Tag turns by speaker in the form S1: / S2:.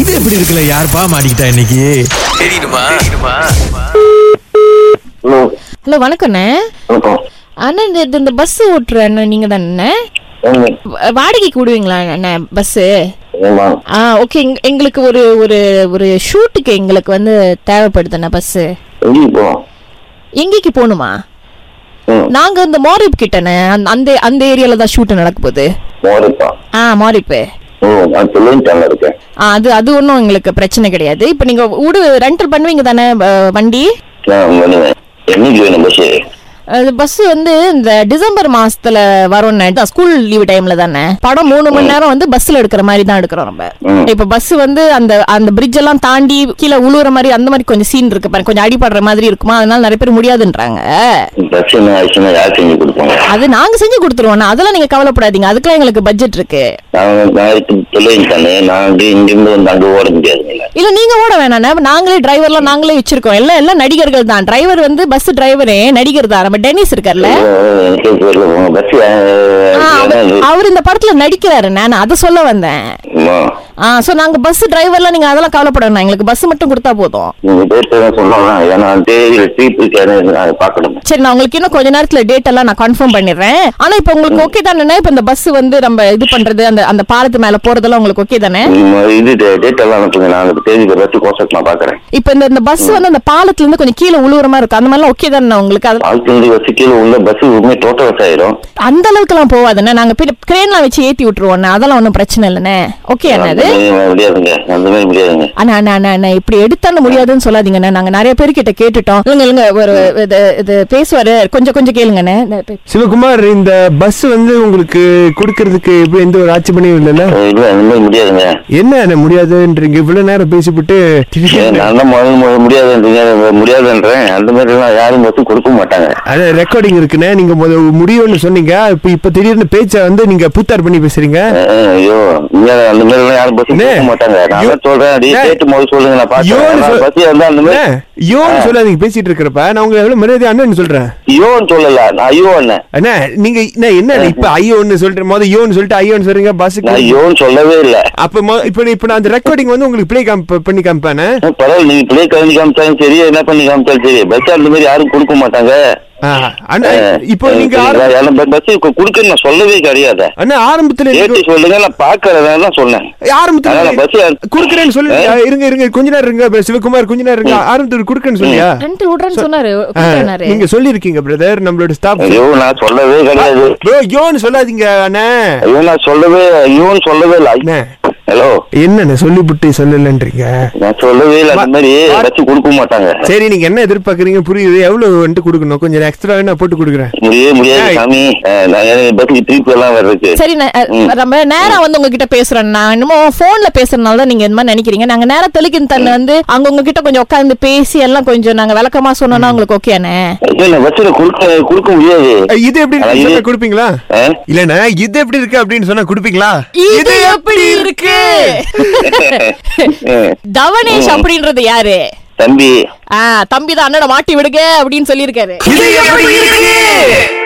S1: இது எப்படி இருக்குல்ல யாருப்பா மாட்டிக்கிட்டா இன்னைக்கு
S2: ஹலோ
S3: ஹலோ வணக்கண்ணே
S2: வணக்கம்
S3: அண்ணா இந்த இந்த- இந்த பஸ் ஓட்டுற அண்ணன் நீங்கள் தானே
S2: ஏங்க
S3: வாடகைக்கு விடுவீங்களா அண்ணா பஸ்ஸு
S2: ஏமா
S3: ஆ ஓகே எங்களுக்கு ஒரு ஒரு ஒரு ஷூட்டுக்கு எங்களுக்கு வந்து தேவைப்படுதுண்ணா பஸ்ஸு
S2: எங்கேயும் போகலாம்
S3: எங்கேக்கு போகணுமா
S2: ம்
S3: நாங்கள் இந்த மாரிப் கிட்டண்ணே அந்த- அந்த அந்த ஏரியாவில் தான் ஷூட்டு நடக்க போகுது
S2: மோரிப்பா
S3: ஆ மாரிப்பு
S2: ம் நான் சொல்லிட்டாங்க இருக்கேன்
S3: ஆ அது அது ஒன்றும் எங்களுக்கு பிரச்சனை கிடையாது இப்போ நீங்கள் வீடு ரெண்டல் பண்ணுவீங்க தானே அஹ், வண்டி
S2: நான் பண்ணுவேன் என்னைக்கு வேணும் பஸ்ஸு
S3: அது பஸ் வந்து இந்த டிசம்பர் மாசத்துல வரோம்னு ஸ்கூல் லீவு டைம்ல தானே படம் மூணு மணி நேரம் வந்து பஸ்ல எடுக்கிற மாதிரி தான் எடுக்கிறோம் நம்ம
S2: ம்.
S3: இப்ப பஸ் வந்து அந்த அந்த பிரிட்ஜ் எல்லாம் தாண்டி கீழே உழுவுற மாதிரி அந்த மாதிரி கொஞ்சம் சீன் இருக்கு பாருங்க கொஞ்சம் அடிபடுற மாதிரி இருக்குமா அதனால நிறைய பேர் முடியாதுன்றாங்க
S2: பிரச்சனை ஆயிடுச்சுன்னா யார் செஞ்சு கொடுப்பாங்க
S3: அது நாங்க செஞ்சு கொடுத்துருவோம் அதெல்லாம் நீங்க கவலைப்படாதீங்க அதுக்கெல்லாம் எங்களுக்கு பட்ஜெட் இருக்கு
S2: நான் நான் சொல்லிட்டானே நான் வந்து இங்கிருந்து வந்து அங்கே ஓட முடியாதுங்களே
S3: இல்ல நீங்க ஓட வேணாம் நாங்களே டிரைவர்லாம் நாங்களே வச்சிருக்கோம் எல்லாம் எல்லாம் நடிகர்கள் தான் டிரைவர் வந்து பஸ் டிரைவரே நடிகர் தான் நம்ம டென்னிஸ் இருக்கார்ல
S2: எனக்கே தெரியல உங்க பஸ்
S3: ஆ, அவர்- அவர் இந்த படத்துல நடிக்கிறாரு நான் அதை சொல்ல வந்தேன் ஆ சோ நாங்க பஸ் டிரைவர்லாம் நீங்க அதெல்லாம் கவலைப்பட வேணாம் எங்களுக்கு பஸ் மட்டும் கொடுத்தா போதும்
S2: நீங்க பேசுறத சொல்லலாம் ஏன்னா தேதியில் சீட் இருக்காதுன்னு நான் பார்க்கணும்
S3: சரி நான் உங்களுக்கு இன்னும் கொஞ்ச நேரத்துல டேட் எல்லாம் நான் கன்ஃபார்ம் பண்ணிடுறேன் ஆனா இப்போ உங்களுக்கு ஓகே தானே இப்போ இந்த பஸ் வந்து நம்ம இது பண்றது அந்த அந்த பாலத்து மேல போறதெல்லாம் உங்களுக்கு ஓகே தானே
S2: ம், இது டேட் எல்லாம் அனுப்புங்க நான் அந்த தேதிக்கு பஸ் கோசட் நான் பார்க்குறேன்
S3: இப்போ இந்த இந்த பஸ் வந்து அந்த பாலத்துல இருந்து கொஞ்சம் கீழே உழுவுற மாதிரி இருக்கும் அந்த மாதிரிலாம் ஓகே தானே உங்களுக்கு அது
S2: ஆழ்த்தி பஸ் கீழே உள்ள பஸ் உண்மை டோட்டல் வச்சு ஆயிரும்
S3: அந்த அளவுக்குலாம் போகாதுண்ணே நாங்க பின்ன கிரேன்லாம் வச்சு ஏத்தி விட்டுருவோண்ணே அதெல்லாம் ஒன்றும் பிரச்சனை இல்லைண்ணே ஓகே அண்ணா அது
S2: அது முடியாதுங்க அந்த மாதிரி முடியாதுங்க
S3: அண்ணா அண்ணா அண்ணா அண்ணா இப்படி எடுத்தான்னு முடியாதுன்னு சொல்லாதீங்கண்ணா நாங்க நிறைய பேர்கிட்ட கேட்டுட்டோம் இல்லைங்க இல்லைங்க ஒரு இது இது பேசுவாரு கொஞ்சம் கொஞ்சம் கேளுங்கண்ணே இந்த பே-
S4: சிவகுமார் இந்த பஸ் வந்து உங்களுக்கு கொடுக்கறதுக்கு இப்ப எந்த ஒரு ஆட்சேபனையும் இல்லைல்ல
S2: அது இல்ல அந்த மாதிரி முடியாதுங்க
S4: என்ன என்ன முடியாதுன்றீங்க இவ்வளவு நேரம் பேசிவிட்டு திருப்பி
S2: ஏன் நான் தான் முதல்ல மு- முடியாதுன்றீங்க நான் முடியாதுன்றேன் அந்த மாதிரி எல்லாம் யாரும் பஸ் கொடுக்க மாட்டாங்க
S4: அதான் ரெக்கார்டிங் இருக்குண்ணே நீங்க முத முடியும்னு சொன்னீங்க இப்ப இப்ப திடீர்னு பேச்சை வந்து நீங்க பூத்தார் பண்ணி பேசுறீங்க
S2: அஹ் ஐயோ நீங்க அந்த மாதிரி எல்லாம் யாரும் பஸ்
S4: அண்ணே,
S2: கொடுக்க மாட்டாங்க நான்
S4: ஐயோ,
S2: தான் சொல்றேன் அடி
S4: அண்ணே,
S2: கேட்டு முதல்ல சொல்லுங்க நான்
S4: யோன்னு
S2: பாக்கிறேன்
S4: சொல்-
S2: பஸ் வந்து அந்த
S4: அண்ணே,
S2: மாதிரி
S4: யோன்னு சொல்லாதீங்க பேசிட்டு இருக்கிறப்ப நான் உங்களை எவ்வளவு மரியாதை அண்ணன் சொல்றேன்
S2: ஐயோன்னு சொல்லல நான் ஐயோ அண்ணன்
S4: அண்ணா நீங்க அண்ணே, என்ன இப்ப ஐயோன்னு சொல்றேன் மொதல் யோன்னு சொல்லிட்டு ஐயோன்னு சொல்றீங்க
S2: நான்
S4: பஸ்ஸுக்கு
S2: ஐயோன்னு சொல்லவே இல்ல
S4: அப்ப மொ- இப்ப இப்ப நான் அந்த ரெக்கார்டிங் வந்து உங்களுக்கு பிளே காம் பண்ணி காமிப்பானே
S2: அஹ் பரவாயில்ல நீங்க பிள்ளை கலந்து காமிச்சாலும் சரி என்ன பண்ணி காமிச்சாலும் சரி பஸ் அந்த மாதிரி யாரும் கொடுக்க மாட்டாங்க
S4: ஆ, அண்ணா இப்போ நீங்க ஆர-
S2: பஸ் கொடுக்க நான் சொல்லவே கிடையாது
S4: அண்ணா ஆரம்பத்துல
S2: கேட்டு
S4: நீங்க-
S2: சொல்லுங்க நான் பாக்குறதா சொன்னேன்
S4: ஆரம்பத்துல
S2: அதான் bus ஏறு-
S4: குடுக்கறேன்னு சொல்லி
S2: ஆ?
S4: இருங்க இருங்க கொஞ்ச நேரம் இருங்க இப்ப சிவகுமார் கொஞ்ச நேரம் இருங்க ஆரம்பத்துல குடுக்கறேன்னு சொல்லியா
S3: ரெண்டு விடுறேன்னு சொன்னாரு கொடுக்குறேனாரு.
S4: நீங்க சொல்லிருக்கீங்க பிரதர் நம்மளோட ஸ்டாப்
S2: ஐயோ நான் சொல்லவே கிடையாது
S4: ப்ரோ யோன்னு சொல்லாதீங்க அண்ணே
S2: ஐயோ நான் சொல்லவே ஐயோன்னு சொல்லவே
S4: அண்ணே
S2: இல்லை ஹலோ
S4: என்னண்ணே சொல்லிபுட்டு சொல்லலன்றீங்க
S2: நான் சொல்லவே இல்லை அந்த மாதிரி
S4: வா-
S2: வச்சு கொடுக்க மாட்டாங்க
S4: சரி நீங்க என்ன எதிர்பார்க்கறீங்க புரியுது எவ்வளவு வந்துட்டு கொடுக்கணும் கொஞ்சம் எக்ஸ்ட்ரா நான் போட்டு கொடுக்குறேன்
S2: முடியவே முடியாது
S4: ஏய்.
S2: சாமி அஹ், நான் எனக்கு பஸ்ஸுக்கு திருப்பி எல்லாம் வர்றதுக்கு
S3: சரி நான், அஹ்,
S2: ம்.
S3: நம்ம நேரா வந்து உங்ககிட்ட பேசுறேன் நான் என்னமோ போன்ல பேசுறதுனால தான் நீங்க இந்த மாதிரி நினைக்கிறீங்க நாங்க நேரா தெலுக்கின் தன்னை வந்து அங்க உங்ககிட்ட கொஞ்சம் உட்கார்ந்து பேசி எல்லாம் கொஞ்சம் நாங்க விளக்கமா சொன்னோம்னா உங்களுக்கு ஓகேண்ணே
S2: ஐயோ நான் பஸ்ஸில் கொடுக்க கொடுக்க முடியாது
S4: அஹ், இது எப்படி
S2: அஹ்,
S4: இருக்கு
S2: இது-
S4: சொன்னா கொடுப்பீங்களா
S2: அஹ்?
S4: இல்லண்ணே இது எப்படி இருக்கு அப்படின்னு சொன்னா கொடுப்பீங்களா
S3: இது எப்படி இருக்கு
S2: அஹ்,
S3: தவனேஷ் அப்படின்றது யாரு
S2: தம்பி
S3: ஆஹ் தம்பி தான் அண்ணனை மாட்டி விடுங்க அப்படின்னு சொல்லியிருக்காரு
S4: இது எப்படி இருக்கு